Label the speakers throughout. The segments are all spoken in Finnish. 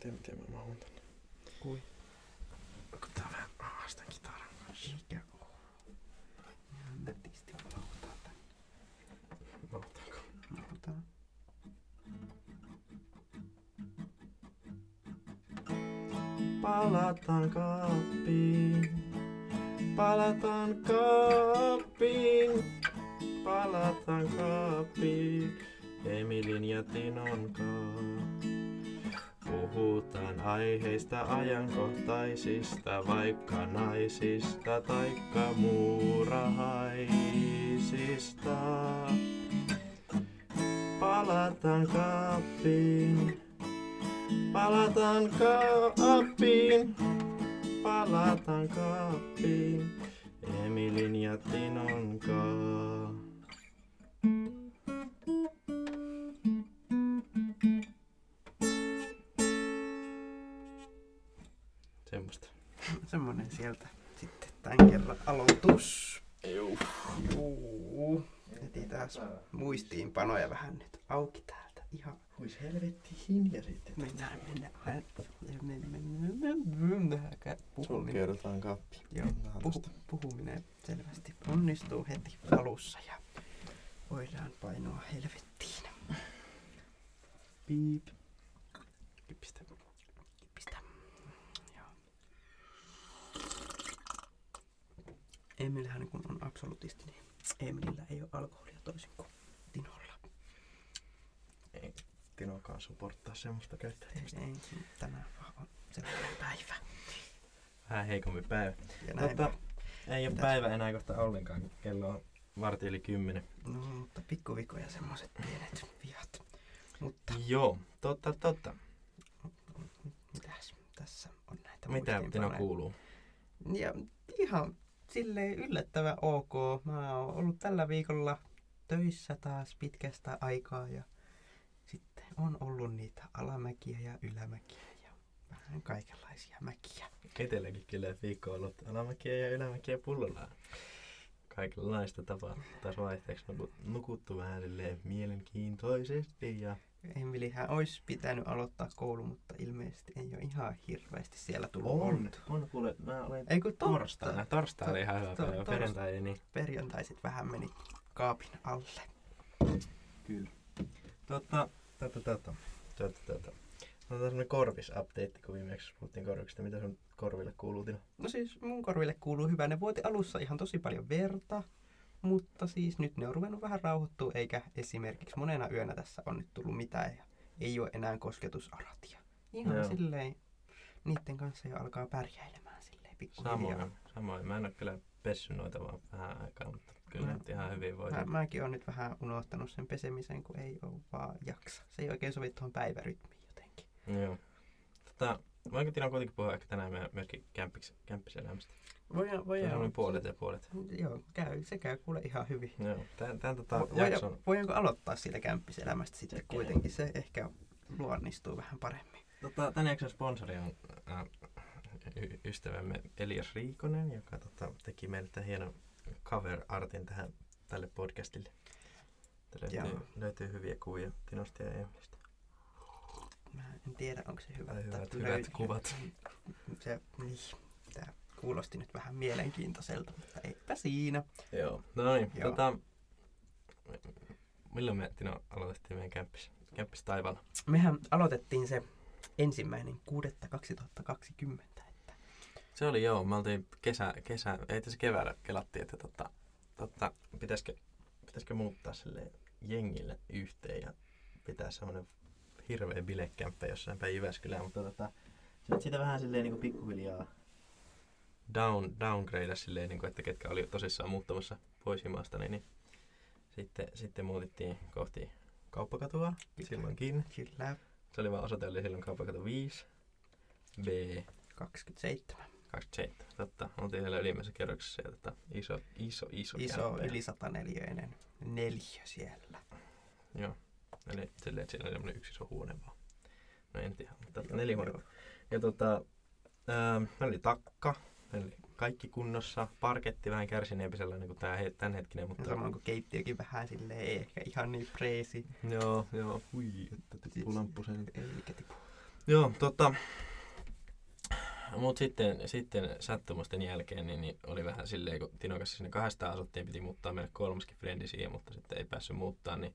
Speaker 1: tiedä miten mä mahun tänne.
Speaker 2: Kui?
Speaker 1: Kun tää on vähän haastan kitaran kanssa.
Speaker 2: Eikä oo. Ihan nätisti palautaa tänne.
Speaker 1: Mahutaanko?
Speaker 2: Palautaa.
Speaker 1: Palataan kaappiin. Palataan kaappiin. Palataan kaappiin. Emilin ja Tinon kaa. Puhutaan aiheista ajankohtaisista, vaikka naisista taikka muurahaisista. Palataan kaappiin. Palataan kaappiin, palataan kaappiin, Emilin ja Tinon kaa. Semmosta.
Speaker 2: Semmonen sieltä sitten tän kerran aloitus.
Speaker 1: Juu.
Speaker 2: Juu. Etsitään muistiinpanoja vähän nyt auki täältä. Ihan
Speaker 1: Kuis helvetti hinjarit.
Speaker 2: mennään, mennään. Mennään, puhuminen.
Speaker 1: Sulkeudutaan kaappiin.
Speaker 2: Joo,
Speaker 1: Mennään
Speaker 2: puhu,
Speaker 1: tosta.
Speaker 2: puhuminen selvästi onnistuu heti alussa ja voidaan painoa helvettiin. Piip.
Speaker 1: Kipistä.
Speaker 2: Pistä. Joo. Emilhän kun on absolutisti, niin Emilillä ei ole alkoholia toisin kuin Tinolla.
Speaker 1: Ei. Tinokaan suporttaa semmoista
Speaker 2: Ei,
Speaker 1: käyttäytymistä.
Speaker 2: ei, tänään vaan on sellainen päivä.
Speaker 1: Vähän heikommin päivä.
Speaker 2: Ja näin.
Speaker 1: Mutta
Speaker 2: Tota,
Speaker 1: ei ole
Speaker 2: Mitäs?
Speaker 1: päivä enää kohta ollenkaan, kun kello on varti yli kymmenen.
Speaker 2: no, mutta pikkuvikoja semmoset pienet viat. Mutta
Speaker 1: Joo, totta, totta.
Speaker 2: mitäs tässä on näitä
Speaker 1: Mitä Tino
Speaker 2: muistiinpanoja.
Speaker 1: kuuluu?
Speaker 2: Ja ihan silleen yllättävän ok. Mä oon ollut tällä viikolla töissä taas pitkästä aikaa ja sitten on ollut niitä alamäkiä ja ylämäkiä ja vähän kaikenlaisia mäkiä.
Speaker 1: Eteläkin kyllä että viikko on ollut alamäkiä ja ylämäkiä pullolla. Kaikenlaista tapaa taas vaihteeksi nuku- nukuttu vähän silleen mielenkiintoisesti ja
Speaker 2: Emilihän olisi pitänyt aloittaa koulu, mutta ilmeisesti ei ole ihan hirveästi siellä tullut
Speaker 1: on,
Speaker 2: oltu.
Speaker 1: on kuule, mä olen
Speaker 2: Ei kun
Speaker 1: torstaina.
Speaker 2: torstaina.
Speaker 1: Torstaina oli ihan hyvä
Speaker 2: Tor-
Speaker 1: päivä,
Speaker 2: torst-
Speaker 1: perjantai ei niin.
Speaker 2: Perjantaiset vähän meni kaapin alle.
Speaker 1: Kyllä. Totta, totta, totta. Totta, totta. Otetaan semmonen korvis-update, kun viimeksi puhuttiin korviksesta. Mitä sun korville kuuluu, Tino?
Speaker 2: No siis mun korville kuuluu hyvä. Ne vuoti alussa ihan tosi paljon verta, mutta siis nyt ne on ruvennut vähän rauhoittua, eikä esimerkiksi monena yönä tässä on nyt tullut mitään ja ei ole enää kosketusaratia. Ihan
Speaker 1: Joo.
Speaker 2: silleen, niiden kanssa jo alkaa pärjäilemään silleen pikkuhiljaa.
Speaker 1: Samoin, samoin. Mä en ole kyllä pessy noita vaan vähän aikaa, mutta kyllä
Speaker 2: Mä-
Speaker 1: nyt ihan hyvin voi.
Speaker 2: Mä, mäkin olen nyt vähän unohtanut sen pesemisen, kun ei ole vaan jaksa. Se ei oikein sovi tuohon päivärytmiin jotenkin.
Speaker 1: Joo. Tota, voinko Tino kuitenkin puhua ehkä tänään meidän myöskin kämpiks, kämpiselämästä?
Speaker 2: Voidaan,
Speaker 1: Se on
Speaker 2: voidaan.
Speaker 1: semmoinen puolet ja puolet.
Speaker 2: Joo, käy, se käy kuule ihan hyvin.
Speaker 1: Joo. Tän, tän tota
Speaker 2: Vo- voida-
Speaker 1: jakson...
Speaker 2: Voidaanko aloittaa siitä kämppiselämästä sitten
Speaker 1: Sekin.
Speaker 2: kuitenkin? Se ehkä luonnistuu vähän paremmin.
Speaker 1: Tota, tän jakson sponsori on äh, y- ystävämme Elias Riikonen, joka tota, teki meille tämän hienon cover-artin tähän tälle podcastille. Tätä
Speaker 2: Joo.
Speaker 1: Löytyy, löytyy, hyviä kuvia Tinosta ja Emilistä.
Speaker 2: Mä en tiedä, onko se hyvä.
Speaker 1: Tai
Speaker 2: että
Speaker 1: hyvät, hyvät
Speaker 2: löy-
Speaker 1: kuvat.
Speaker 2: Se, niin, tää kuulosti nyt vähän mielenkiintoiselta, mutta eipä siinä.
Speaker 1: Joo. No niin,
Speaker 2: Joo.
Speaker 1: tota... Milloin me Tino aloitettiin meidän kämppis? Kämppis taivaalla.
Speaker 2: Mehän aloitettiin se ensimmäinen 6.2020. Että
Speaker 1: Se oli joo, me oltiin kesä, kesä ei tässä keväällä kelattiin, että tota, tota, pitäisikö, pitäisikö muuttaa sille jengille yhteen ja pitää semmoinen hirveä bilekämppä jossain päin Jyväskylään, mutta tota, se nyt sitä vähän silleen niinku pikkuhiljaa down, downgrade silleen, niinku, että ketkä oli tosissaan muuttamassa pois himasta, niin, niin sitten, sitten muutittiin kohti kauppakatua
Speaker 2: Kyllä.
Speaker 1: silloinkin.
Speaker 2: kyllä
Speaker 1: Se oli vaan osoite, oli silloin kauppakatu 5, B,
Speaker 2: 27.
Speaker 1: 27. Totta, oltiin siellä ylimmäisessä kerroksessa ja tota, iso, iso, iso,
Speaker 2: Iso
Speaker 1: kämppä.
Speaker 2: yli 104 neljä siellä.
Speaker 1: Joo. Eli silleen, siinä oli semmoinen yksi iso huone vaan. No en tiedä, mutta
Speaker 2: Joo,
Speaker 1: neljä huone.
Speaker 2: joo.
Speaker 1: Ja tota, ähm, meillä oli takka, meillä oli kaikki kunnossa, parketti vähän kärsineempi sellainen kuin tämä tämänhetkinen, mutta...
Speaker 2: Samoin kuin keittiökin vähän silleen, ei ehkä ihan niin freesi.
Speaker 1: Joo, joo. Ui, että
Speaker 2: Siis-
Speaker 1: tippu lamppu sen.
Speaker 2: Ei mikä tipu.
Speaker 1: Joo, tota... Mutta sitten, sitten sattumusten jälkeen niin, niin, oli vähän silleen, kun Tinon kanssa sinne kahdestaan asuttiin, piti muuttaa meille kolmaskin frendi siihen, mutta sitten ei päässyt muuttaa, niin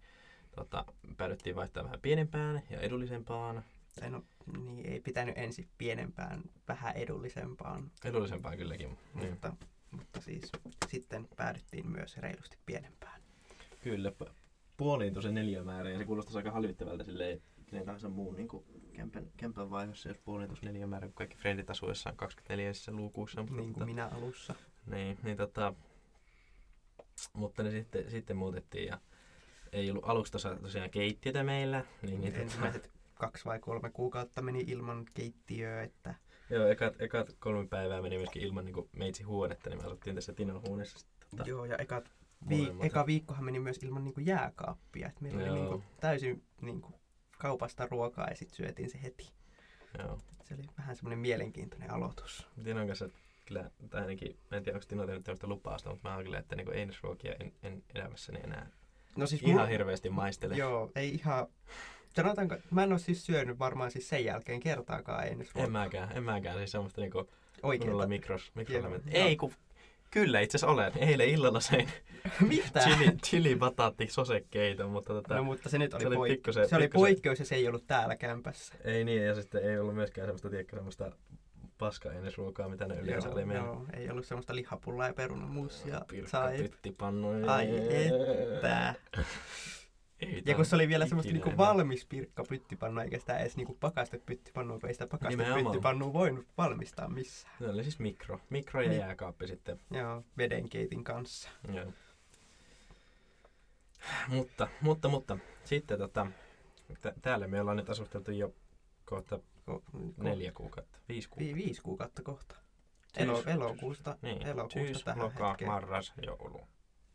Speaker 1: tota, päädyttiin vaihtaa vähän pienempään ja edullisempaan.
Speaker 2: Tai no, niin ei pitänyt ensin pienempään, vähän edullisempaan,
Speaker 1: Edullisempaan kylläkin. Niin.
Speaker 2: mutta, mutta siis sitten päädyttiin myös reilusti
Speaker 1: No,
Speaker 2: pienempään.
Speaker 1: Kyllä, p- puoliin tosi neliömäärä ja se kuulostaisi aika hälyttävältä silleen kenen tahansa muun niin kuin kämpän, kämpän vaiheessa, jos puoliin tuossa neliömäärä, kun kaikki frendit asuu jossain 24 luukuussa. Mutta,
Speaker 2: Niin
Speaker 1: tota,
Speaker 2: kuin minä alussa.
Speaker 1: Niin, niin tota, mutta ne sitten, sitten muutettiin ja ei ollut aluksi tosa, tosiaan keittiötä meillä. Niin, niin tota,
Speaker 2: Ensimmäiset kaksi vai kolme kuukautta meni ilman keittiöä, että
Speaker 1: joo, ekat, ekat kolme päivää meni myöskin ilman niin meitsi huonetta, niin me asuttiin tässä Tinon huoneessa. sitten, Tota,
Speaker 2: Joo, ja ekat, vii,
Speaker 1: Molemmat.
Speaker 2: eka viikkohan meni myös ilman niinku jääkaappia. Et meillä
Speaker 1: Joo.
Speaker 2: oli niinku täysin niinku kaupasta ruokaa ja sitten syötiin se heti.
Speaker 1: joo.
Speaker 2: Et se oli vähän semmoinen mielenkiintoinen aloitus.
Speaker 1: Tinon kanssa kyllä, tai ainakin, mä en tiedä, onko Tino tehnyt tämmöistä lupausta, mutta mä oon kyllä, että niin einesruokia en, en elämässäni enää
Speaker 2: No siis
Speaker 1: ihan hirveästi maistele.
Speaker 2: Joo, ei ihan... Sanotaanko, mä en ole siis syönyt varmaan siis sen jälkeen kertaakaan ennen
Speaker 1: En mäkään, en mäkään. Siis semmoista niinku kunnolla
Speaker 2: oikein.
Speaker 1: mikros, mikroelementti.
Speaker 2: Joo.
Speaker 1: Ei kun, kyllä itse asiassa olen. Eilen illalla söin
Speaker 2: Mitä?
Speaker 1: chili, chili bataatti sosekeiton, mutta tota,
Speaker 2: No mutta se nyt oli,
Speaker 1: se oli
Speaker 2: poik-
Speaker 1: pikkusen-
Speaker 2: se oli
Speaker 1: pikkusen-
Speaker 2: poikkeus ja se ei ollut täällä kämpässä.
Speaker 1: ei niin, ja sitten ei ollut myöskään semmoista, tiedätkö, semmoista paska enesruokaa, mitä ne yleensä oli meillä.
Speaker 2: joo, ei ollut semmoista lihapullaa ja perunamuusia.
Speaker 1: Pirkka
Speaker 2: Sai.
Speaker 1: pyttipannu.
Speaker 2: Ai että.
Speaker 1: Ei
Speaker 2: Ja kun se oli vielä semmoista
Speaker 1: ikinä
Speaker 2: niinku
Speaker 1: enää.
Speaker 2: valmis pirkkapyttipannua, eikä sitä edes niinku pakastepyttipannua, kun ei sitä pakastepyttipannua voinut valmistaa missään.
Speaker 1: Ne oli siis mikro. Mikro ja
Speaker 2: Niin.
Speaker 1: jääkaappi sitten.
Speaker 2: Joo, vedenkeitin kanssa.
Speaker 1: Joo. Mutta, mutta, mutta. Sitten tota, tä- täällä me ollaan nyt asusteltu jo kohta
Speaker 2: Ko- ko-
Speaker 1: neljä kuukautta, viisi kuukautta.
Speaker 2: Vi- viisi kuukautta kohta.
Speaker 1: Syys-
Speaker 2: Elo- elokuusta,
Speaker 1: Niin,
Speaker 2: elokuusta
Speaker 1: syys,
Speaker 2: tähän
Speaker 1: loka,
Speaker 2: hetkeen.
Speaker 1: marras, joulu.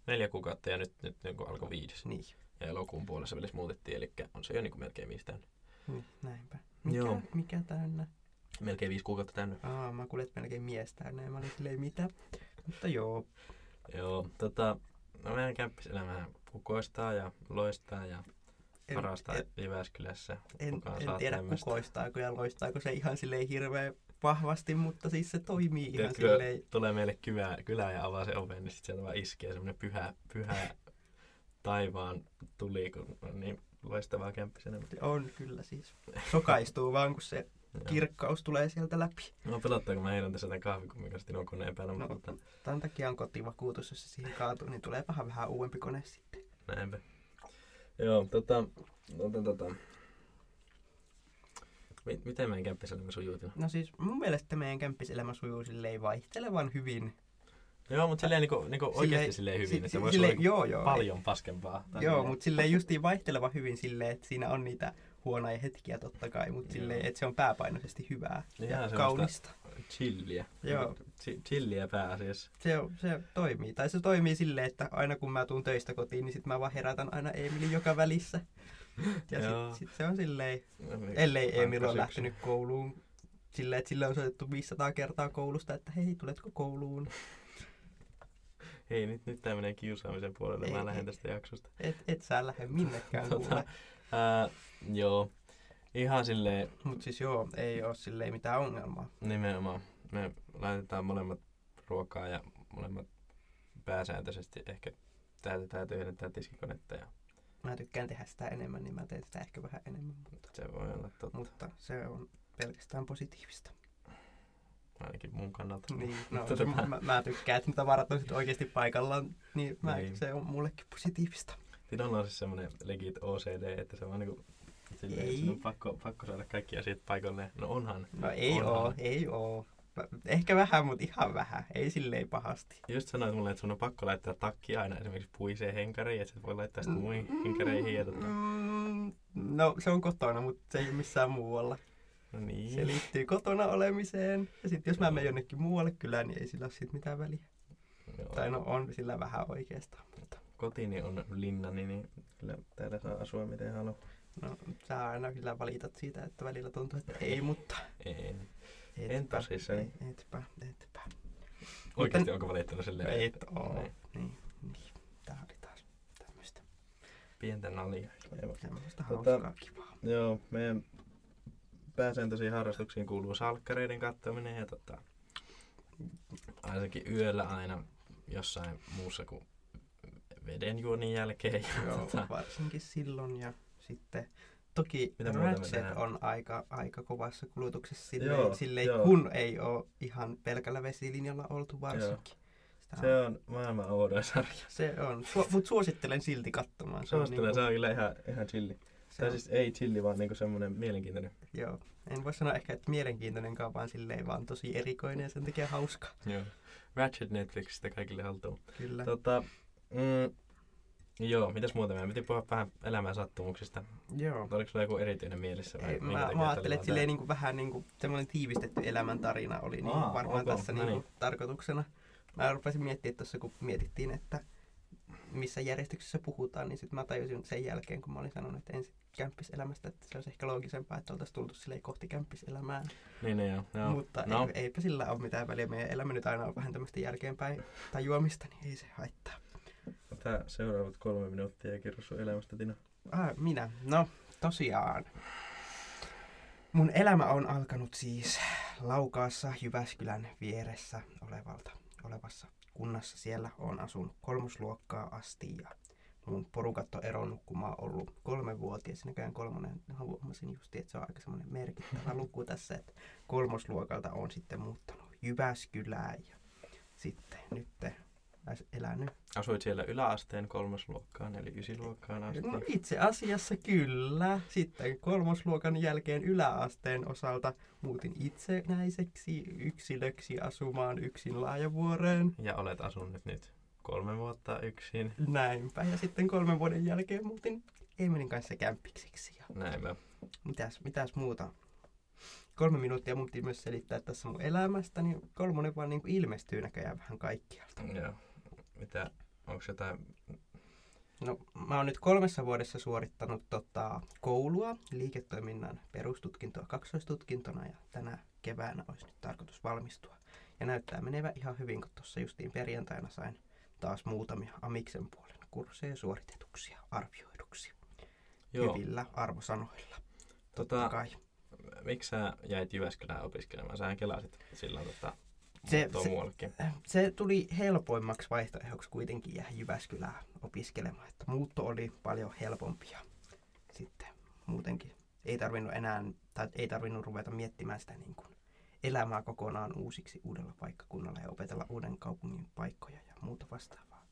Speaker 1: Neljä kuukautta ja nyt, nyt niin kuin alkoi viides.
Speaker 2: Niin,
Speaker 1: Ja elokuun puolessa välissä muutettiin, eli on se jo niin kuin melkein viisi täynnä.
Speaker 2: niin, näinpä. Mikä,
Speaker 1: Joo.
Speaker 2: mikä täynnä?
Speaker 1: Melkein viisi kuukautta täynnä.
Speaker 2: Aa, mä kuulet melkein mies täynnä ja mä olin silleen mitä. Mutta joo,
Speaker 1: Joo, tota, no meidän kämppiselämä kukoistaa ja loistaa ja
Speaker 2: en,
Speaker 1: parasta
Speaker 2: en,
Speaker 1: Jyväskylässä.
Speaker 2: en,
Speaker 1: kukaan
Speaker 2: en
Speaker 1: saa
Speaker 2: tiedä
Speaker 1: tämmöstä.
Speaker 2: kukoistaako ja loistaako se ihan silleen hirveän vahvasti, mutta siis se toimii ihan
Speaker 1: Tiedätkö,
Speaker 2: silleen
Speaker 1: Tulee meille kylää, kylää ja avaa se oven, niin sitten sieltä vaan iskee semmoinen pyhä, pyhä taivaan tuli, kun on niin loistavaa kämppisenä.
Speaker 2: On kyllä siis. Sokaistuu vaan, kun se kirkkaus tulee sieltä läpi.
Speaker 1: Mä pelottaa, kun mä heidän No, tässä tämän kahvikummin kanssa Tinon koneen päällä, mutta
Speaker 2: No.
Speaker 1: tota,
Speaker 2: Tämän takia on kotivakuutus, jos se siihen kaatuu, niin tulee vähän vähän uudempi kone sitten.
Speaker 1: näinpä. Joo, tota, otan tota. Mi- Miten meidän niinku kämppiselämä sujuu Tino?
Speaker 2: No siis mun mielestä meidän kämppiselämä sujuu silleen vaihtelevan hyvin.
Speaker 1: Joo, mutta silleen niinku, niinku
Speaker 2: Silleen-
Speaker 1: oikeasti silleen hyvin,
Speaker 2: si-
Speaker 1: että
Speaker 2: si-
Speaker 1: voisi
Speaker 2: silleen-
Speaker 1: olla niinku
Speaker 2: joo, joo,
Speaker 1: paljon paskempaa. niinku
Speaker 2: Ei, joo, mutta silleen justiin vaihteleva hyvin silleen, että siinä on niitä huonoja hetkiä totta kai, mutta
Speaker 1: Joo.
Speaker 2: silleen, että se on pääpainoisesti hyvää ja,
Speaker 1: Ihan semmoista-
Speaker 2: kaunista.
Speaker 1: Chilliä.
Speaker 2: Joo.
Speaker 1: Niinku Chi- Chilliä pääasiassa.
Speaker 2: Se, on- se toimii. Tai se toimii silleen, että aina kun mä tuun töistä kotiin, niin sit mä vaan herätän aina Emilin joka välissä. Ja
Speaker 1: Joo.
Speaker 2: sit, sit se on silleen
Speaker 1: No,
Speaker 2: Ellei Emil
Speaker 1: Rankka
Speaker 2: ole
Speaker 1: syksy.
Speaker 2: lähtenyt kouluun sillä, että sillä on soitettu 500 kertaa koulusta, että hei, tuletko kouluun?
Speaker 1: Hei, nyt, nyt tää menee kiusaamisen puolelle. Mä
Speaker 2: Ei,
Speaker 1: lähden
Speaker 2: ei.
Speaker 1: tästä jaksosta.
Speaker 2: Et, et sä lähde minnekään
Speaker 1: Tota.
Speaker 2: kuule.
Speaker 1: Ää, joo. Ihan silleen
Speaker 2: Mut siis joo, ei oo silleen mitään ongelmaa.
Speaker 1: nimenomaan. Me laitetaan molemmat ruokaa ja molemmat pääsääntöisesti ehkä täytetään tyhjennetään tiskikonetta ja
Speaker 2: Mä tykkään tehdä sitä enemmän, niin mä teen sitä ehkä vähän enemmän. Mutta,
Speaker 1: se voi olla tota, totta.
Speaker 2: mutta se on pelkästään positiivista.
Speaker 1: Ainakin mun kannalta.
Speaker 2: Niin, no,
Speaker 1: Tota.
Speaker 2: se, mä, mä, tykkään, että ne tavarat on sit oikeasti paikallaan, niin, mä,
Speaker 1: Niin.
Speaker 2: niin. se on mullekin positiivista.
Speaker 1: Tinolla on siis semmonen legit OCD, että se vaan niinku silleen,
Speaker 2: Ei.
Speaker 1: sun on pakko, pakko saada kaikki asiat paikalleen. No onhan.
Speaker 2: No ei
Speaker 1: Onhan.
Speaker 2: oo, ei oo. Mä- Ehkä vähän, mutta ihan vähän. Ei silleen pahasti.
Speaker 1: Just sanoit mulle, että sun on pakko laittaa takki aina esimerkiksi puiseen henkariin, että sä et voi laittaa sitä muihin henkareihin ja tota.
Speaker 2: Mm, No se on kotona, mutta se ei ole missään muualla.
Speaker 1: No niin.
Speaker 2: Se liittyy kotona olemiseen. Ja sitten jos mä menen
Speaker 1: Joo.
Speaker 2: jonnekin muualle kylään, niin ei sillä ole sit mitään väliä.
Speaker 1: Joo.
Speaker 2: Tai no on sillä vähän oikeastaan. Mutta
Speaker 1: Kotini on linnani, niin kyllä täällä saa asua miten haluaa.
Speaker 2: no, sä aina kyllä valitat siitä, että välillä tuntuu, että ei, mutta
Speaker 1: Ei.
Speaker 2: etpä,
Speaker 1: En tosissani.
Speaker 2: ei, niin, Etpä, etpä.
Speaker 1: Oikeasti onko valittanut silleen?
Speaker 2: Et
Speaker 1: että-
Speaker 2: oo.
Speaker 1: Niin.
Speaker 2: Niin, niin. Tää oli taas tämmöstä,
Speaker 1: Pientä nalia. tota-
Speaker 2: semmoista hauskaa kivaa.
Speaker 1: Joo, meidän pääsääntöisiin harrastuksiin kuuluu salkkareiden katsominen ja tota, ainakin yöllä aina jossain muussa kuin vedenjuonin jälkeen. Ja
Speaker 2: Joo,
Speaker 1: tota,
Speaker 2: varsinkin silloin ja sitten toki
Speaker 1: Mitä muuta me
Speaker 2: Ratchet
Speaker 1: tehdään?
Speaker 2: on aika, aika kovassa kulutuksessa silleen,
Speaker 1: Joo,
Speaker 2: silleen
Speaker 1: joo.
Speaker 2: kun ei ole ihan pelkällä vesilinjalla oltu varsinkin. Sitä
Speaker 1: se on maailman oudoin sarja.
Speaker 2: se on. Su- Mutta suosittelen silti katsomaan. Se on niinku-
Speaker 1: Suosittelen, se on kyllä ihan, ihan chilli.
Speaker 2: se
Speaker 1: Tai
Speaker 2: on,
Speaker 1: siis ei chilli, vaan niinku semmonen mielenkiintoinen.
Speaker 2: joo. En voi sanoa ehkä, että mielenkiintoinenkaan, vaan silleen vaan tosi erikoinen ja sen takia hauska.
Speaker 1: Joo. Ratchet Netflixistä kaikille haltuun.
Speaker 2: Kyllä.
Speaker 1: Tota, mm, joo, mitäs muuta? Meidän piti puhua vähän elämän sattumuksista.
Speaker 2: joo.
Speaker 1: Mut Oliko sulla joku erityinen mielessä? vai
Speaker 2: Ei,
Speaker 1: minkä
Speaker 2: mä,
Speaker 1: takia
Speaker 2: mä
Speaker 1: tällä on
Speaker 2: ajattelin, että silleen niin kuin, vähän niin kuin, semmoinen tiivistetty elämäntarina oli niin
Speaker 1: Aa,
Speaker 2: Aa, varmaan
Speaker 1: ok,
Speaker 2: tässä
Speaker 1: no
Speaker 2: niin kuin,
Speaker 1: niin.
Speaker 2: tarkoituksena. Mä rupesin miettimään tuossa, kun mietittiin, että missä järjestyksessä puhutaan, niin sitten mä tajusin sen jälkeen, kun mä olin sanonut, että ensin kämppiselämästä, että se olisi ehkä loogisempaa, että oltaisiin tultu silleen kohti kämppiselämää.
Speaker 1: Niin, niin joo. joo.
Speaker 2: No, Mutta
Speaker 1: no.
Speaker 2: no. ei, eipä sillä ole mitään väliä. Meidän elämä nyt aina on vähän tämmöistä jälkeenpäin tajuamista, niin ei se haittaa.
Speaker 1: Tää seuraavat kolme minuuttia ja kerro sun elämästä, Tina.
Speaker 2: Ah, minä. No, tosiaan. Mun elämä on alkanut siis Laukaassa Jyväskylän vieressä olevalta, olevassa kunnassa. Siellä on asunut kolmosluokkaa asti ja mun porukat on eronnut, kun mä oon ollut kolmevuotias. Näköjään kolmonen huomasin just, että se on aika semmoinen merkittävä luku tässä, että kolmosluokalta on sitten muuttanut Jyväskylään ja sitten nyt elänyt
Speaker 1: Asuit siellä yläasteen kolmosluokkaan, eli ysiluokkaan asti.
Speaker 2: No itse asiassa kyllä. Sitten kolmosluokan jälkeen yläasteen osalta muutin itsenäiseksi yksilöksi asumaan yksin laajavuoreen.
Speaker 1: Ja olet asunut nyt kolme vuotta yksin.
Speaker 2: Näinpä. Ja sitten kolmen vuoden jälkeen muutin Emilin kanssa kämppikseksi. Ja
Speaker 1: Näinpä.
Speaker 2: mitäs, mitäs muuta? Kolme minuuttia mun piti myös selittää tässä mun elämästä, niin kolmonen vaan niin ilmestyy näköjään vähän kaikkialta.
Speaker 1: Joo. Mitä, onko jotain,
Speaker 2: No, mä oon nyt kolmessa vuodessa suorittanut tota, koulua, liiketoiminnan perustutkintoa kaksoistutkintona ja tänä keväänä olisi nyt tarkoitus valmistua. Ja näyttää menevä ihan hyvin, kun tuossa justiin perjantaina sain taas muutamia Amiksen puolen kursseja suoritetuksia arvioiduksi. Joo.
Speaker 1: joo,
Speaker 2: Hyvillä arvosanoilla.
Speaker 1: tota,
Speaker 2: Kai.
Speaker 1: miksi sä jäit Jyväskylään opiskelemaan? Sähän kelasit silloin tota,
Speaker 2: Se-
Speaker 1: se, se,
Speaker 2: se-
Speaker 1: muuallekin.
Speaker 2: se tuli helpoimmaksi vaihtoehdoksi kuitenkin jäädä Jyväskylään opiskelemaan. Että muutto oli paljon helpompia sitten muutenkin. Ei tarvinnut enää, tai ei tarvinnut ruveta miettimään sitä niin kuin elämää kokonaan uusiksi uudella paikkakunnalla ja opetella uuden kaupungin paikkoja ja muuta vastaavaa.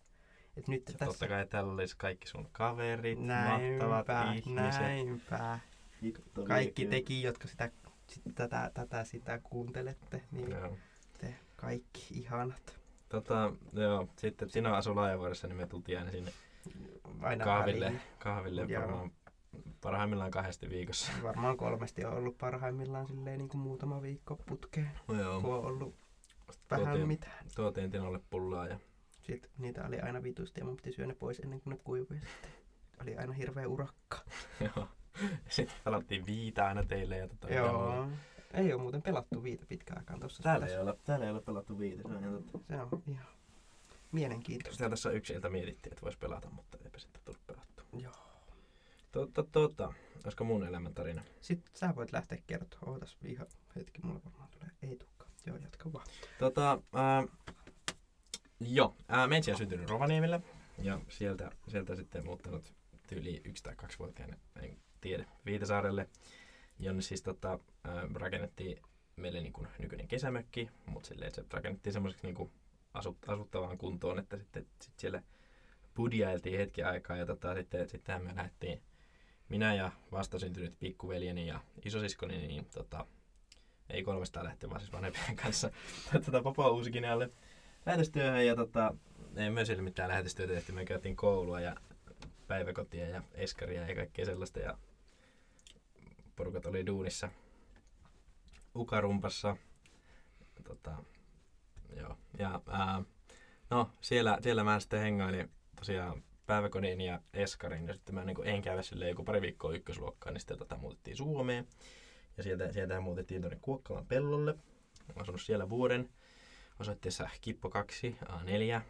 Speaker 2: Et nyt
Speaker 1: Ja
Speaker 2: tässä...
Speaker 1: totta kai täällä olisi kaikki sun kaverit,
Speaker 2: näinpä,
Speaker 1: mahtavat ihmiset.
Speaker 2: näinpä. Kaikki teki, jotka sitä, sit, tätä, tätä sitä kuuntelette, niin
Speaker 1: Joo.
Speaker 2: te kaikki ihanat.
Speaker 1: Tota, joo. Sitten Tina asui Laajavuoressa, niin me tultiin aina sinne
Speaker 2: Aina
Speaker 1: kahville,
Speaker 2: väliin.
Speaker 1: kahville
Speaker 2: Joo.
Speaker 1: varmaan parhaimmillaan kahdesti viikossa.
Speaker 2: Varmaan kolmesti on ollut parhaimmillaan silleen niin kuin muutama viikko putkeen,
Speaker 1: Joo.
Speaker 2: kun on ollut vähän
Speaker 1: Tuotiin-
Speaker 2: mitään.
Speaker 1: Tuotiin Tinalle pullaa ja
Speaker 2: Sitten niitä oli aina vitusti ja mun piti syödä ne pois ennen kuin ne kuivui. ja Sitten oli aina hirveä urakka.
Speaker 1: joo. Sitten pelattiin viitä aina teille ja tota, mitä muuta.
Speaker 2: Joo. Ei ole muuten pelattu viitä pitkään aikaan tuossa.
Speaker 1: Täällä ei, ole, täällä ei ole pelattu viitä, se on ihan totta.
Speaker 2: Se on ihan mielenkiintoista.
Speaker 1: Sitä tässä yksi ilta mietittiin, että voisi pelata, mutta eipä sitten tullut pelattua.
Speaker 2: Joo.
Speaker 1: Totta, totta. Olisiko mun elämäntarina?
Speaker 2: Sitten sä voit lähteä kertomaan. Ootas ihan hetki, mulla varmaan tulee. Ei tukka. Joo, jatka vaan.
Speaker 1: Tota, ää, joo, ää, Mentsi on syntynyt Rovaniemellä ja sieltä, sieltä sitten muuttanut tyyli yksi tai kaksi vuotiaana, en tiedä, Viitasaarelle, jonne siis tota, ää, rakennettiin meille niin kuin nykyinen kesämökki, mutta silleen se rakennettiin semmoiseksi niin kuin asut, asuttavaan kuntoon, että sitten sit siellä budjailtiin hetki aikaa ja tota, sitten, sittenhän me lähdettiin minä ja vastasyntynyt pikkuveljeni ja isosiskoni, niin tota, ei kolmestaan lähti, vaan siis vanhempien kanssa tätä Papua Uusikinealle lähetystyöhön ja tota, ei myös ole mitään lähetystyötä tehty. Me käytiin koulua ja päiväkotia ja eskaria ja kaikkea sellaista ja porukat oli duunissa ukarumpassa. Tota, joo. Ja, ää, no, siellä, siellä mä sitten hengailin tosiaan päiväkodin ja eskarin ja sitten mä niin en käydä silleen joku pari viikkoa ykkösluokkaan, niin sitten tota, muutettiin Suomeen. Ja sieltä, sieltä muutettiin tuonne Kuokkalan pellolle. Mä asunut siellä vuoden osoitteessa Kippo 2, A4.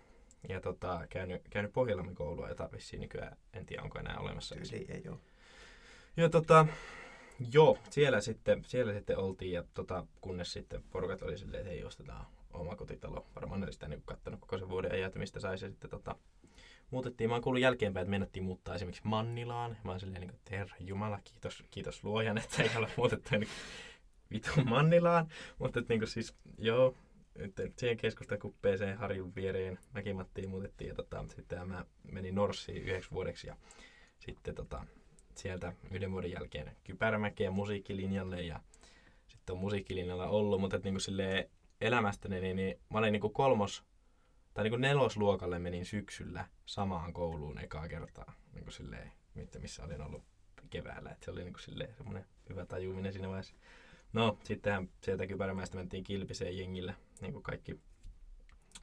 Speaker 1: Ja tota, käynyt, käynyt Pohjalamme koulua, jota vissiin nykyään en tiedä onko enää olemassa.
Speaker 2: Tyyli ei ole.
Speaker 1: Ja tota, Joo, siellä sitten, siellä sitten oltiin ja tota, kunnes sitten porukat oli silleen, että hei ostetaan oma kotitalo. Varmaan ne oli sitä niin kattanut koko sen vuoden ajan, että mistä saisi sitten tota, muutettiin. Mä oon kuullut jälkeenpäin, että mennettiin muuttaa esimerkiksi Mannilaan. Mä oon silleen niin kuin, herra jumala, kiitos, kiitos luojan, että ei olla muutettu jonnekin vitun Mannilaan. Mutta että niin kuin, siis, joo, nyt siihen keskustakuppeeseen Harjun viereen mäkin Mattiin muutettiin ja tota, sitten mä menin Norssiin yhdeksi vuodeksi ja sitten tota, sieltä yhden vuoden jälkeen Kypärämäkeen musiikkilinjalle ja sitten on musiikkilinjalla ollut, mutta et niinku silleen elämästäni, niin, niin mä olin niinku kolmos tai niinku nelosluokalle menin syksyllä samaan kouluun ekaa kertaa, niinku silleen, mitä- missä olin ollut keväällä. Et se oli niinku silleen semmoinen hyvä tajuminen siinä vaiheessa. No, sittenhän sieltä Kypärämäestä mentiin Kilpiseen jengillä, niinku kaikki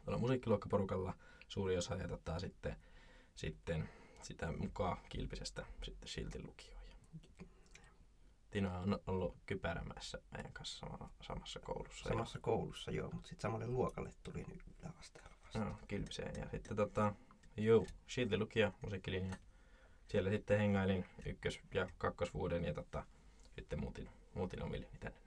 Speaker 1: tuolla musiikkiluokkaporukalla suuri osa ja tota, sitten, sitten sitä mukaan Kilpisestä sitten silti lukioon. Ja Tino on ollut kypärämässä meidän kanssa sama, samassa koulussa.
Speaker 2: Samassa koulussa joo, mutta sitten samalle luokalle tuli nyt yläasteella vasta.
Speaker 1: Ja, no, Kilpiseen. Ja sitten tota, juu, silti lukio, musiikkilinja. Siellä sitten hengailin ykkös- ja kakkosvuoden ja tota, sitten muutin, muutin omille tänne.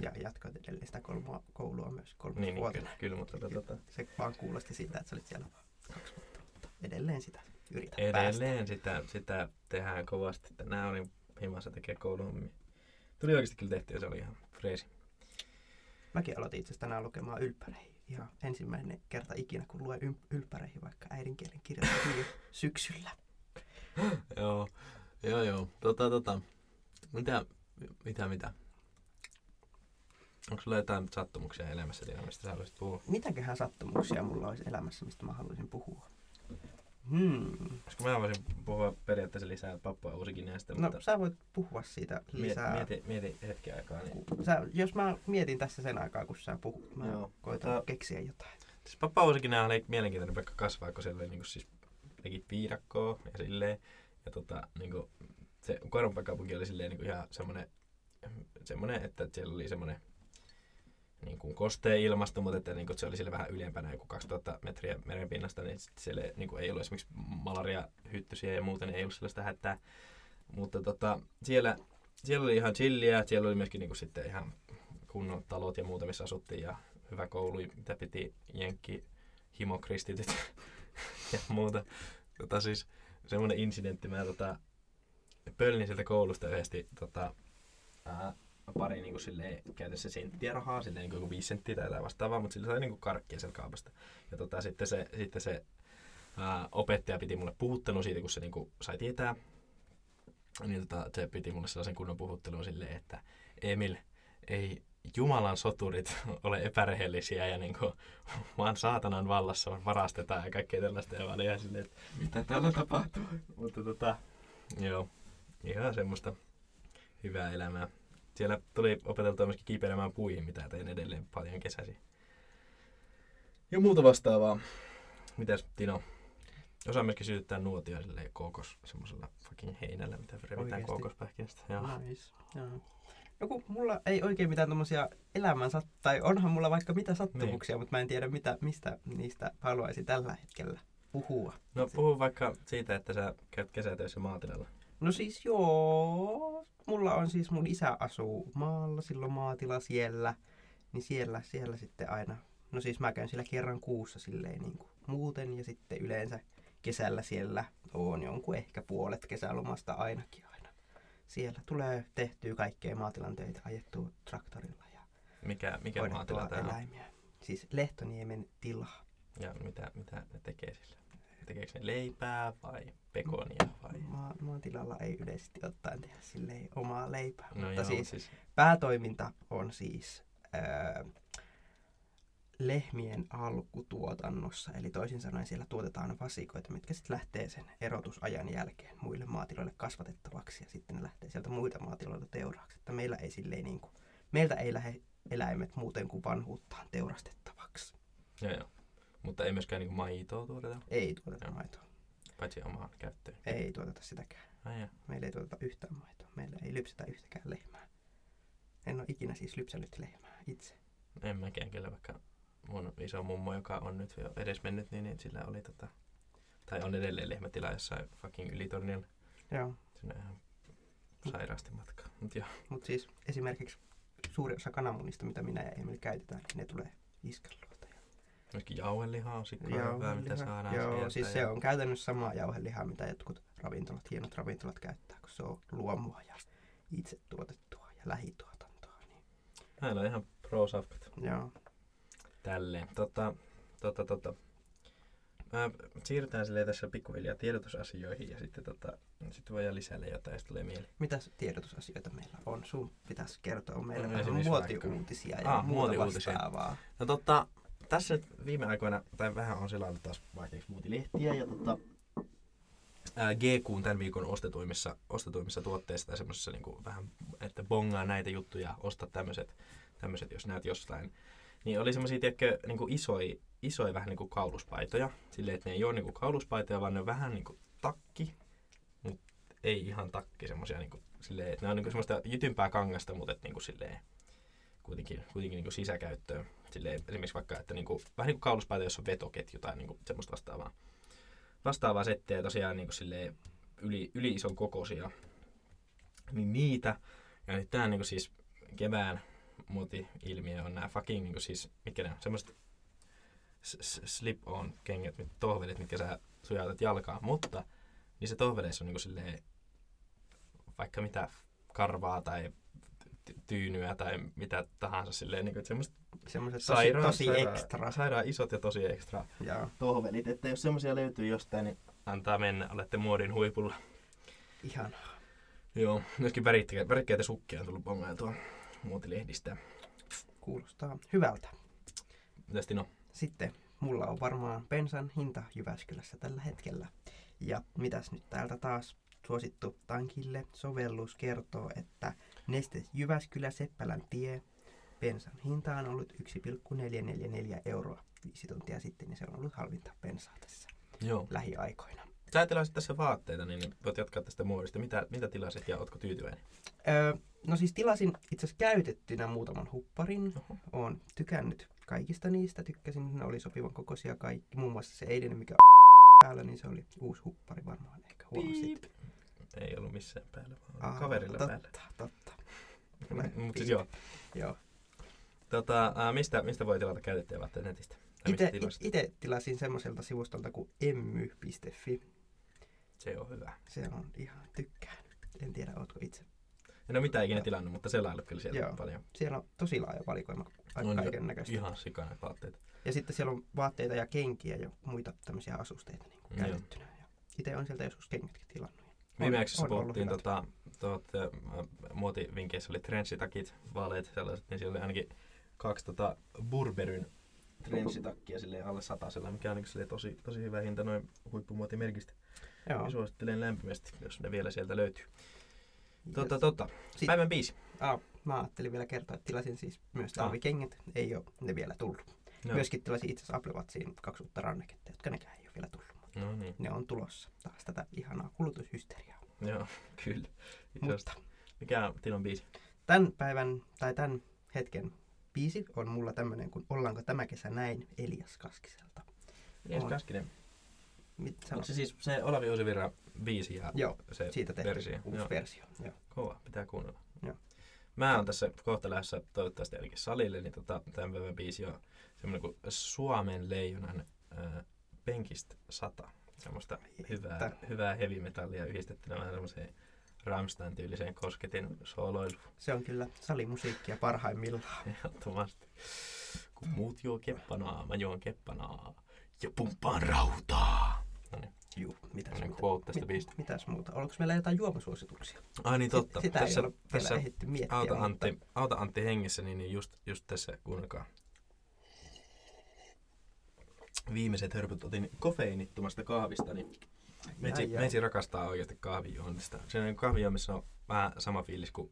Speaker 2: Ja jatkoit edelleen sitä kolmoa, koulua myös kolmas
Speaker 1: Niin, niin
Speaker 2: vuotena.
Speaker 1: kyllä, kyllä, mutta tota,
Speaker 2: Se vaan kuulosti siltä, että sä olit siellä vaan kaksi vuotta, mutta edelleen sitä yrität päästä.
Speaker 1: edelleen sitä, sitä tehdään kovasti. Että nämä oli himassa tekee kouluhommia. Tuli oikeasti kyllä tehtyä, se oli ihan freesi.
Speaker 2: Mäkin aloitin itse asiassa tänään lukemaan ylppäreihin. Ihan ensimmäinen kerta ikinä, kun luen ym- ylppäreihin vaikka äidinkielen kirjoituksia syksyllä.
Speaker 1: Joo, joo, joo. Tota, tota. Mitä, mitä, mitä? Onko sulla jotain sattumuksia elämässä, Tiina, mistä sä haluaisit puhua?
Speaker 2: Mitäköhän sattumuksia mulla olisi elämässä, mistä mä haluaisin puhua? Hmm.
Speaker 1: Koska mä voisin puhua periaatteessa lisää pappua uusikin näistä,
Speaker 2: No
Speaker 1: mutta
Speaker 2: sä voit puhua siitä lisää.
Speaker 1: mieti, mieti hetki aikaa. Niin.
Speaker 2: Ku- Sä, jos mä mietin tässä sen aikaa, kun sä puhut, mä
Speaker 1: Joo,
Speaker 2: koitan
Speaker 1: tota-
Speaker 2: keksiä jotain.
Speaker 1: Siis pappa uusikin oli mielenkiintoinen paikka kasvaa, kun siellä oli niinku siis teki piirakkoa ja silleen. Ja tota, niinku, se Koronpakaupunki oli silleen niinku ihan semmoinen, semmoinen, että siellä oli semmoinen niin kuin kostea ilmasto, mutta että, niin kuin, se oli siellä vähän ylempänä joku 2000 metriä merenpinnasta, niin sit siellä niin kuin, ei ollut esimerkiksi malariahyttysiä ja muuta, niin ei ollut sellaista hätää. Mutta tota, siellä, siellä oli ihan chilliä, siellä oli myöskin niin kuin, sitten ihan kunnon talot ja muuta, missä asuttiin ja hyvä koulu, mitä piti jenkki himokristityt ja muuta. Tota, siis semmoinen incidentti, mä tota, pöllin sieltä koulusta yhdesti tota, ää, pari niin kuin, silleen, käytössä senttiä rahaa, silleen, niin kuin joku viisi senttiä tai jotain vastaavaa, mutta sillä sai niin kuin karkkia sieltä kaupasta. Ja tota, sitten se, sitten se ää, opettaja piti mulle puhuttelun siitä, kun se niin kuin, sai tietää. Niin tota, se piti mulle sellaisen kunnon puhuttelun silleen, että Emil, ei Jumalan soturit ole epärehellisiä ja niin kuin, vaan saatanan vallassa varastetaan ja kaikkea tällaista. Ja mä olin ihan silleen, että mitä täällä tapahtuu. Mutta tota, joo, ihan semmoista hyvää elämää. Siellä tuli opeteltua myöskin kiipeilemään puihin, mitä tein edelleen paljon kesäsi. Ja muuta vastaavaa. Mitäs Tino? Osaan myöskin sytyttää nuotia silleen kookos, semmoisella fucking heinällä, mitä revitään
Speaker 2: Oikeesti?
Speaker 1: kookospähkinästä. Joo.
Speaker 2: Nice. Joo. No kun mulla ei oikein mitään tommosia elämän sat- tai onhan mulla vaikka mitä sattumuksia, mutta mä en tiedä mitä, mistä niistä haluaisin tällä hetkellä puhua.
Speaker 1: No puhu vaikka siitä, että sä käyt kesätöissä maatilalla.
Speaker 2: No siis joo, mulla on siis mun isä asuu maalla, silloin maatila siellä, niin siellä, siellä sitten aina. No siis mä käyn siellä kerran kuussa silleen niin kuin muuten ja sitten yleensä kesällä siellä on jonkun ehkä puolet kesälomasta ainakin aina. Siellä tulee tehtyä kaikkea maatilan töitä ajettua traktorilla ja
Speaker 1: Mikä, mikä maatila
Speaker 2: hoidettua
Speaker 1: tää on?
Speaker 2: eläimiä. Siis Lehtoniemen tila.
Speaker 1: Ja mitä, mitä ne tekee sillä? Tekeekö ne leipää vai pekonia vai? No
Speaker 2: Ma- maatilalla ei yleisesti ottaen tehdä silleen omaa leipää,
Speaker 1: No
Speaker 2: mutta
Speaker 1: joo,
Speaker 2: siis
Speaker 1: siis
Speaker 2: päätoiminta on siis öö, lehmien alkutuotannossa, eli toisin sanoen siellä tuotetaan vasikoita, mitkä sitten lähtee sen erotusajan jälkeen muille maatiloille kasvatettavaksi ja sitten ne lähtee sieltä muita maatiloilta teuraaksi. Että meillä ei silleen niin kuin, meiltä ei lähde eläimet muuten kuin vanhuuttaan teurastettavaksi.
Speaker 1: joo, joo. Mutta ei myöskään niinku maitoa tuoteta,
Speaker 2: Ei tuoteta maitoa,
Speaker 1: paitsi omaan käyttöön.
Speaker 2: ei tuoteta sitäkään.
Speaker 1: Ai ja.
Speaker 2: Meillä ei tuoteta yhtään maitoa, meillä ei lypsetä yhtäkään lehmää. En ole ikinä siis lypsänyt lehmää itse.
Speaker 1: En mäkään kyllä, vaikka mun iso mummo, joka on nyt jo edes mennyt, niin, niin sillä oli tota... Tai on edelleen lehmätila jossain fucking ylitornilla.
Speaker 2: Joo.
Speaker 1: Siinä on ihan sairaasti matkaa. Mut joo.
Speaker 2: Mutta siis esimerkiksi suuri osa kananmunista, mitä minä ja Emil käytetään, niin ne tulee iskelluolta.
Speaker 1: Myöskin jauhelihaa on sikkaa
Speaker 2: Jauheliha.
Speaker 1: hyvää, mitä saadaan
Speaker 2: Joo,
Speaker 1: sieltä
Speaker 2: siis
Speaker 1: ja-
Speaker 2: se on käytännössä samaa jauhelihaa, mitä jotkut ravintolat, hienot ravintolat käyttää, kun se on luomua ja itse tuotettua ja lähituotantoa. Niin.
Speaker 1: Näillä on ihan pro-safkat.
Speaker 2: Joo.
Speaker 1: Tälleen. Tota, tota, tota. Mä siirrytään silleen tässä pikkuhiljaa tiedotusasioihin ja sitten tota, sit voidaan lisäillä jotain, jos tulee mieleen.
Speaker 2: Mitäs tiedotusasioita meillä on? Sun pitäisi kertoa meille
Speaker 1: No,
Speaker 2: vähän
Speaker 1: esimerkiksi
Speaker 2: muotiuutisia ja
Speaker 1: Ah,
Speaker 2: muuta
Speaker 1: muotiuutisia.
Speaker 2: vastaavaa.
Speaker 1: No tota, tässä nyt viime aikoina, tai vähän on selailu taas vaihteeksi muutilehtiä ja tota, ää, GQn tämän viikon ostetuimmissa, ostetuimmissa tuotteissa tai semmoisessa niinku vähän, että bongaa näitä juttuja, osta tämmöiset, tämmöiset jos näet jostain. Niin oli semmoisia, tiedätkö, niinku isoja, isoja vähän niinku kauluspaitoja. Silleen, että ne ei ole niinku kauluspaitoja, vaan ne on vähän niinku takki, mutta ei ihan takki semmoisia niinku, silleen, että ne on niinku semmoista jytympää kangasta, mutta et niinku silleen kuitenkin, kuitenkin niinku sisäkäyttöön. Silleen, esimerkiksi vaikka, että niinku, vähän niin kuin kauluspaita, jossa on vetoketju tai niinku semmoista vastaavaa, vastaavaa settiä, ja tosiaan niinku silleen yli, yli ison kokoisia, niin niitä. Ja nyt tää niinku siis kevään muoti-ilmiö on nämä fucking, niinku siis, mitkä ne on, semmoiset s- s- slip-on kengät, mit- tohvelit, mitkä sä sujautat jalkaa, mutta niissä tohveleissa on niinku silleen, vaikka mitä karvaa tai ty- tyynyä tai mitä tahansa silleen, niinku, että semmoista
Speaker 2: Semmoiset tosi,
Speaker 1: Sairaan,
Speaker 2: tosi
Speaker 1: sairaan.
Speaker 2: ekstra.
Speaker 1: sairaan isot ja tosi ekstra
Speaker 2: Joo.
Speaker 1: tohvelit, että jos semmoisia löytyy jostain, niin antaa mennä, olette muodin huipulla.
Speaker 2: Ihan.
Speaker 1: Joo, myöskin värikkäitä, värikkäitä sukkia on tullut bongailtua muotilehdistä.
Speaker 2: Kuulostaa hyvältä.
Speaker 1: Mitäs Tino?
Speaker 2: Sitten mulla on varmaan bensan hinta Jyväskylässä tällä hetkellä. Ja mitäs nyt täältä taas suosittu tankille sovellus kertoo, että neste Jyväskylä Seppälän tie bensan hinta on ollut 1,444 euroa. Viisi tuntia sitten, niin se on ollut halvinta bensaa tässä
Speaker 1: Joo.
Speaker 2: lähiaikoina.
Speaker 1: Sä tilasit tässä vaatteita, niin voit jatkaa tästä muodista. Mitä, mitä tilasit ja ootko tyytyväinen?
Speaker 2: Öö, no siis tilasin itse asiassa käytettynä muutaman hupparin.
Speaker 1: Oho.
Speaker 2: Oon tykännyt kaikista niistä. Tykkäsin, ne oli sopivan kokoisia kaikki. Muun muassa se eilinen, mikä päällä, niin se oli uusi huppari varmaan. Ehkä huomasit.
Speaker 1: Piip. Ei ollut missään päällä, vaan
Speaker 2: Aa,
Speaker 1: Aa, kaverilla
Speaker 2: totta,
Speaker 1: päällä.
Speaker 2: Totta.
Speaker 1: Mutta siis
Speaker 2: piip.
Speaker 1: joo.
Speaker 2: Joo.
Speaker 1: Tota, ää, mistä, mistä voi tilata käytettyjä vaatteita netistä? Tai mistä
Speaker 2: Ite,
Speaker 1: tilasit?
Speaker 2: ite tilasin semmoiselta sivustolta kuin emmy.fi.
Speaker 1: Se on hyvä.
Speaker 2: Se on ihan tykkään. En tiedä, ootko itse.
Speaker 1: En ole mitään ikinä
Speaker 2: Joo.
Speaker 1: tilannut, mutta selailut kyllä sieltä
Speaker 2: Joo.
Speaker 1: paljon.
Speaker 2: Siellä on tosi laaja valikoima
Speaker 1: On jo-
Speaker 2: kaiken näköistä.
Speaker 1: Ihan sikana vaatteita.
Speaker 2: Ja sitten siellä on vaatteita ja kenkiä ja muita tämmöisiä asusteita niin kuin
Speaker 1: Joo.
Speaker 2: käytettynä. Ja itse on sieltä joskus kengätkin tilannut.
Speaker 1: Viime
Speaker 2: On-
Speaker 1: jaksossa
Speaker 2: on ollut
Speaker 1: puhuttiin
Speaker 2: hyvät.
Speaker 1: tota, tuot, ö, muotivinkkeissä oli trenssitakit, vaaleet sellaiset, niin siellä oli ainakin kaksi tota Burberyn trenssitakkia silleen alle satasella, mikä on niin silleen tosi, tosi hyvä hinta noin huippumuotimerkistä.
Speaker 2: Joo.
Speaker 1: Ja suosittelen lämpimästi, jos ne vielä sieltä löytyy.
Speaker 2: Yes.
Speaker 1: Totta, totta.
Speaker 2: Sit-
Speaker 1: Päivän biisi.
Speaker 2: Ah, mä ajattelin vielä kertoa, että tilasin siis myös
Speaker 1: Ah.
Speaker 2: talvikengät. Ei ole ne vielä tullut.
Speaker 1: Joo.
Speaker 2: Myöskin tilasin itse asiassa Apple Watchiin kaksi uutta ranneketta, jotka nekään ei ole vielä tullut. mutta
Speaker 1: No niin,
Speaker 2: Ne on tulossa. Taas tätä ihanaa kulutushysteriaa.
Speaker 1: joo, kyllä. Isosti.
Speaker 2: Mutta
Speaker 1: Mikä on Tinon biisi?
Speaker 2: tämän päivän tai tämän hetken biisi on mulla tämmönen kuin Ollaanko tämä kesä näin Elias Kaskiselta.
Speaker 1: Jees
Speaker 2: On.
Speaker 1: Kaskinen.
Speaker 2: Mit
Speaker 1: Onko
Speaker 2: sanot?
Speaker 1: se siis se Olavi Uusivirran biisi ja
Speaker 2: Joo,
Speaker 1: se
Speaker 2: siitä tehty
Speaker 1: versio?
Speaker 2: uusi
Speaker 1: Joo.
Speaker 2: versio. Joo.
Speaker 1: Kova, pitää kuunnella.
Speaker 2: Joo.
Speaker 1: Mä oon tässä kohta lähdössä toivottavasti ainakin salille, niin tota, tämän päivän biisi on semmoinen kuin Suomen leijonan äh, penkistä sata. Semmoista hyvää,
Speaker 2: Että.
Speaker 1: hyvää heavy metallia yhdistettynä vähän semmoiseen Rammstein tyyliseen kosketin sooloiluun
Speaker 2: Se on kyllä salimusiikkia parhaimmillaan.
Speaker 1: ehdottomasti. Kun muut juo keppanaa, mä juon keppanaa ja pumppaan rautaa.
Speaker 2: Juu, mitäs,
Speaker 1: Tämmöinen
Speaker 2: muuta,
Speaker 1: quote Niin, tästä biisistä.
Speaker 2: mitäs muuta? Oliko meillä jotain juomasuosituksia?
Speaker 1: Ai niin totta.
Speaker 2: Sitä
Speaker 1: tässä,
Speaker 2: ei ole
Speaker 1: tässä
Speaker 2: vielä ehditty miettiä.
Speaker 1: Auta
Speaker 2: mutta-
Speaker 1: Antti, auta Antti hengissä, niin niin just, just tässä kuunnelkaa. Viimeiset hörpyt otin kofeiinittomasta kahvista, niin meitsi,
Speaker 2: Ai, ai.
Speaker 1: meitsi rakastaa oikeasti kahvijuomista. Se on niinku kahvijuomissa on vähän sama fiilis kuin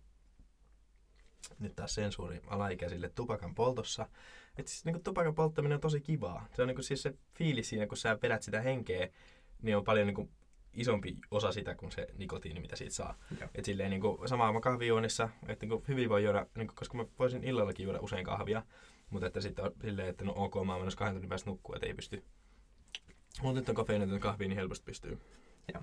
Speaker 1: nyt taas sensuuri alaikäisille tupakan poltossa. Et siis, niin tupakan polttaminen on tosi kivaa. Se on niin siis se fiilis siinä, kun sä vedät sitä henkeä, niin on paljon niin isompi osa sitä kuin se nikotiini, mitä siitä saa.
Speaker 2: Joo.
Speaker 1: Et silleen niin kuin, samaa mä kahvijuonissa, että niin hyvin voi juoda, niin kuin, koska mä voisin illallakin juoda usein kahvia, mutta että sitten on silleen, että no ok, mä oon menossa kahden tunnin päästä nukkua, että ei pysty. Mutta nyt on kofeiinaton kahvi, niin helposti pystyy.
Speaker 2: Joo.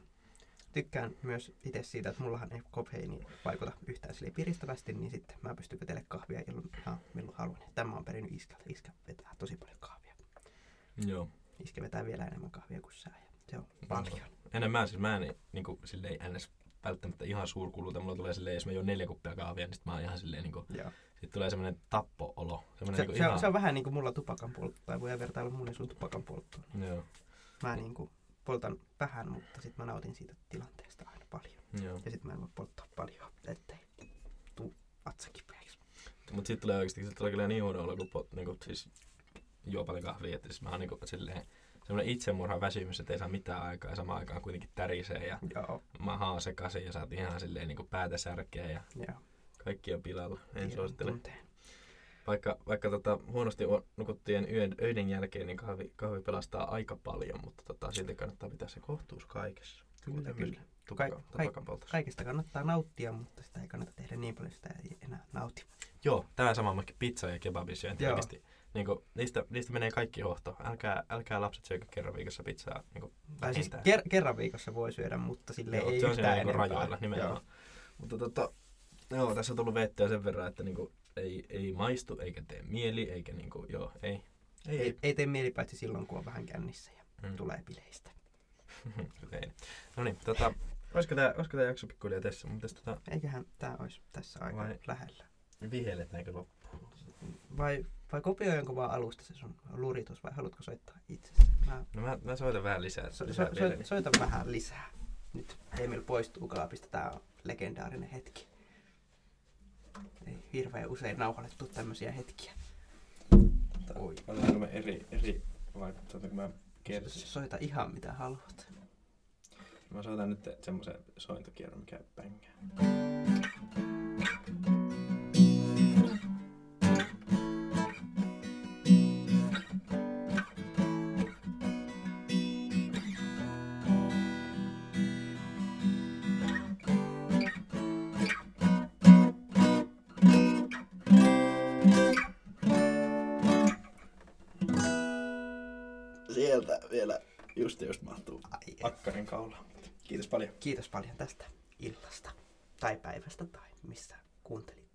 Speaker 2: tykkään myös itse siitä, että mullahan ei kofeiini vaikuta yhtään sille piristävästi, niin sitten mä pystyn vetelemään kahvia ilman, ihan milloin haluan. Tämä on perinnyt iskältä. Iskä vetää tosi paljon kahvia.
Speaker 1: Joo.
Speaker 2: Iskä vetää vielä enemmän kahvia kuin sä. Ja se on niinku-
Speaker 1: Joo.
Speaker 2: paljon.
Speaker 1: Enää mä siis mä en niinku silleen ns välttämättä ihan suurkuluta. Mulla tulee silleen, jos mä juon neljä kuppia kahvia, niin sit mä oon ihan silleen niinku,
Speaker 2: Joo.
Speaker 1: sit tulee semmonen tappo-olo. Semmonen
Speaker 2: Se,
Speaker 1: niinku
Speaker 2: se,
Speaker 1: ihan,
Speaker 2: on, se, on, vähän niin kuin mulla tupakan polttoa. Ei voi vertailla mun ja sun tupakan polttoa.
Speaker 1: Joo,
Speaker 2: Mä niin kuin poltan vähän, mutta sitten mä nautin siitä tilanteesta aina paljon.
Speaker 1: joo.
Speaker 2: Ja sitten mä en voi polttaa paljon, ettei tuu vatsakipeäksi.
Speaker 1: Mut sit tulee oikeesti, sit tulee kyllä niin huono olo, kun pot, niinku, siis juo paljon kahvia, että siis mä oon niinku silleen semmonen itsemurhan väsymys, että ei saa mitään aikaa ja samaan aikaan kuitenkin tärisee ja
Speaker 2: Joo.
Speaker 1: maha on sekaisin ja saat ihan silleen niinku päätä särkeä ja
Speaker 2: Joo.
Speaker 1: kaikki on pilalla. En
Speaker 2: Tiedän
Speaker 1: suosittele.
Speaker 2: tunteen.
Speaker 1: Vaikka, vaikka tota, huonosti o- nukuttujen yön, öiden jälkeen, niin kahvi, kahvi pelastaa aika paljon, mutta tota, silti kannattaa pitää se kohtuus kaikessa.
Speaker 2: Kyllä,
Speaker 1: Kuitenkin
Speaker 2: kyllä.
Speaker 1: Tupakka,
Speaker 2: Kaik-
Speaker 1: tupakan poltossa.
Speaker 2: Kaikesta kannattaa nauttia, mutta sitä ei kannata tehdä niin paljon, sitä ei enää nauti.
Speaker 1: Joo, tämä sama mäkin pizza ja kebabissyönti
Speaker 2: Joo.
Speaker 1: oikeasti. Niin kuin, niistä, niistä menee kaikki hohto. Älkää, älkää lapset syökö kerran viikossa pizzaa. Niin kuin,
Speaker 2: Tai siis
Speaker 1: Vähintään.
Speaker 2: ker- kerran viikossa voi syödä, mutta sille ei
Speaker 1: se on
Speaker 2: yhtään
Speaker 1: siinä niin
Speaker 2: enempää.
Speaker 1: rajoilla nimenomaan. Mutta tota, joo, tässä on tullut vettä sen verran, että niin kuin, ei, ei maistu eikä tee mieli, eikä niin kuin, joo, ei.
Speaker 2: Joo. Ei, ei tee mieli paitsi silloin, kun on vähän kännissä ja
Speaker 1: Mm.
Speaker 2: tulee bileistä.
Speaker 1: Ei. No niin, tota, olisiko tämä olisiko tää jakso pikkuhiljaa tässä? Mitäs tota,
Speaker 2: Eiköhän tämä olisi tässä aika
Speaker 1: Vai-
Speaker 2: lähellä.
Speaker 1: vihelet näinkö loppuun?
Speaker 2: Vai, vai kopioinko vaan alusta se sun luritus vai haluatko soittaa itsessä? Mä
Speaker 1: No mä, mä soitan vähän lisää.
Speaker 2: so, so,
Speaker 1: lisää
Speaker 2: so,
Speaker 1: so,
Speaker 2: soita vähän lisää. Nyt Emil poistuu kaapista, tää on legendaarinen hetki. Ei hirveän usein nauhalle tuu tämmöisiä hetkiä. Oi.
Speaker 1: Otetaanko me eri, eri vai soitanko mä kersi?
Speaker 2: Soita ihan mitä haluat.
Speaker 1: Mä soitan nyt semmoisen sointokierron, mikä pängää. Sieltä vielä just just mahtuu
Speaker 2: Ai, ai.
Speaker 1: akkarin kaulaa. Kiitos paljon.
Speaker 2: Kiitos paljon tästä illasta tai päivästä tai missä kuuntelit.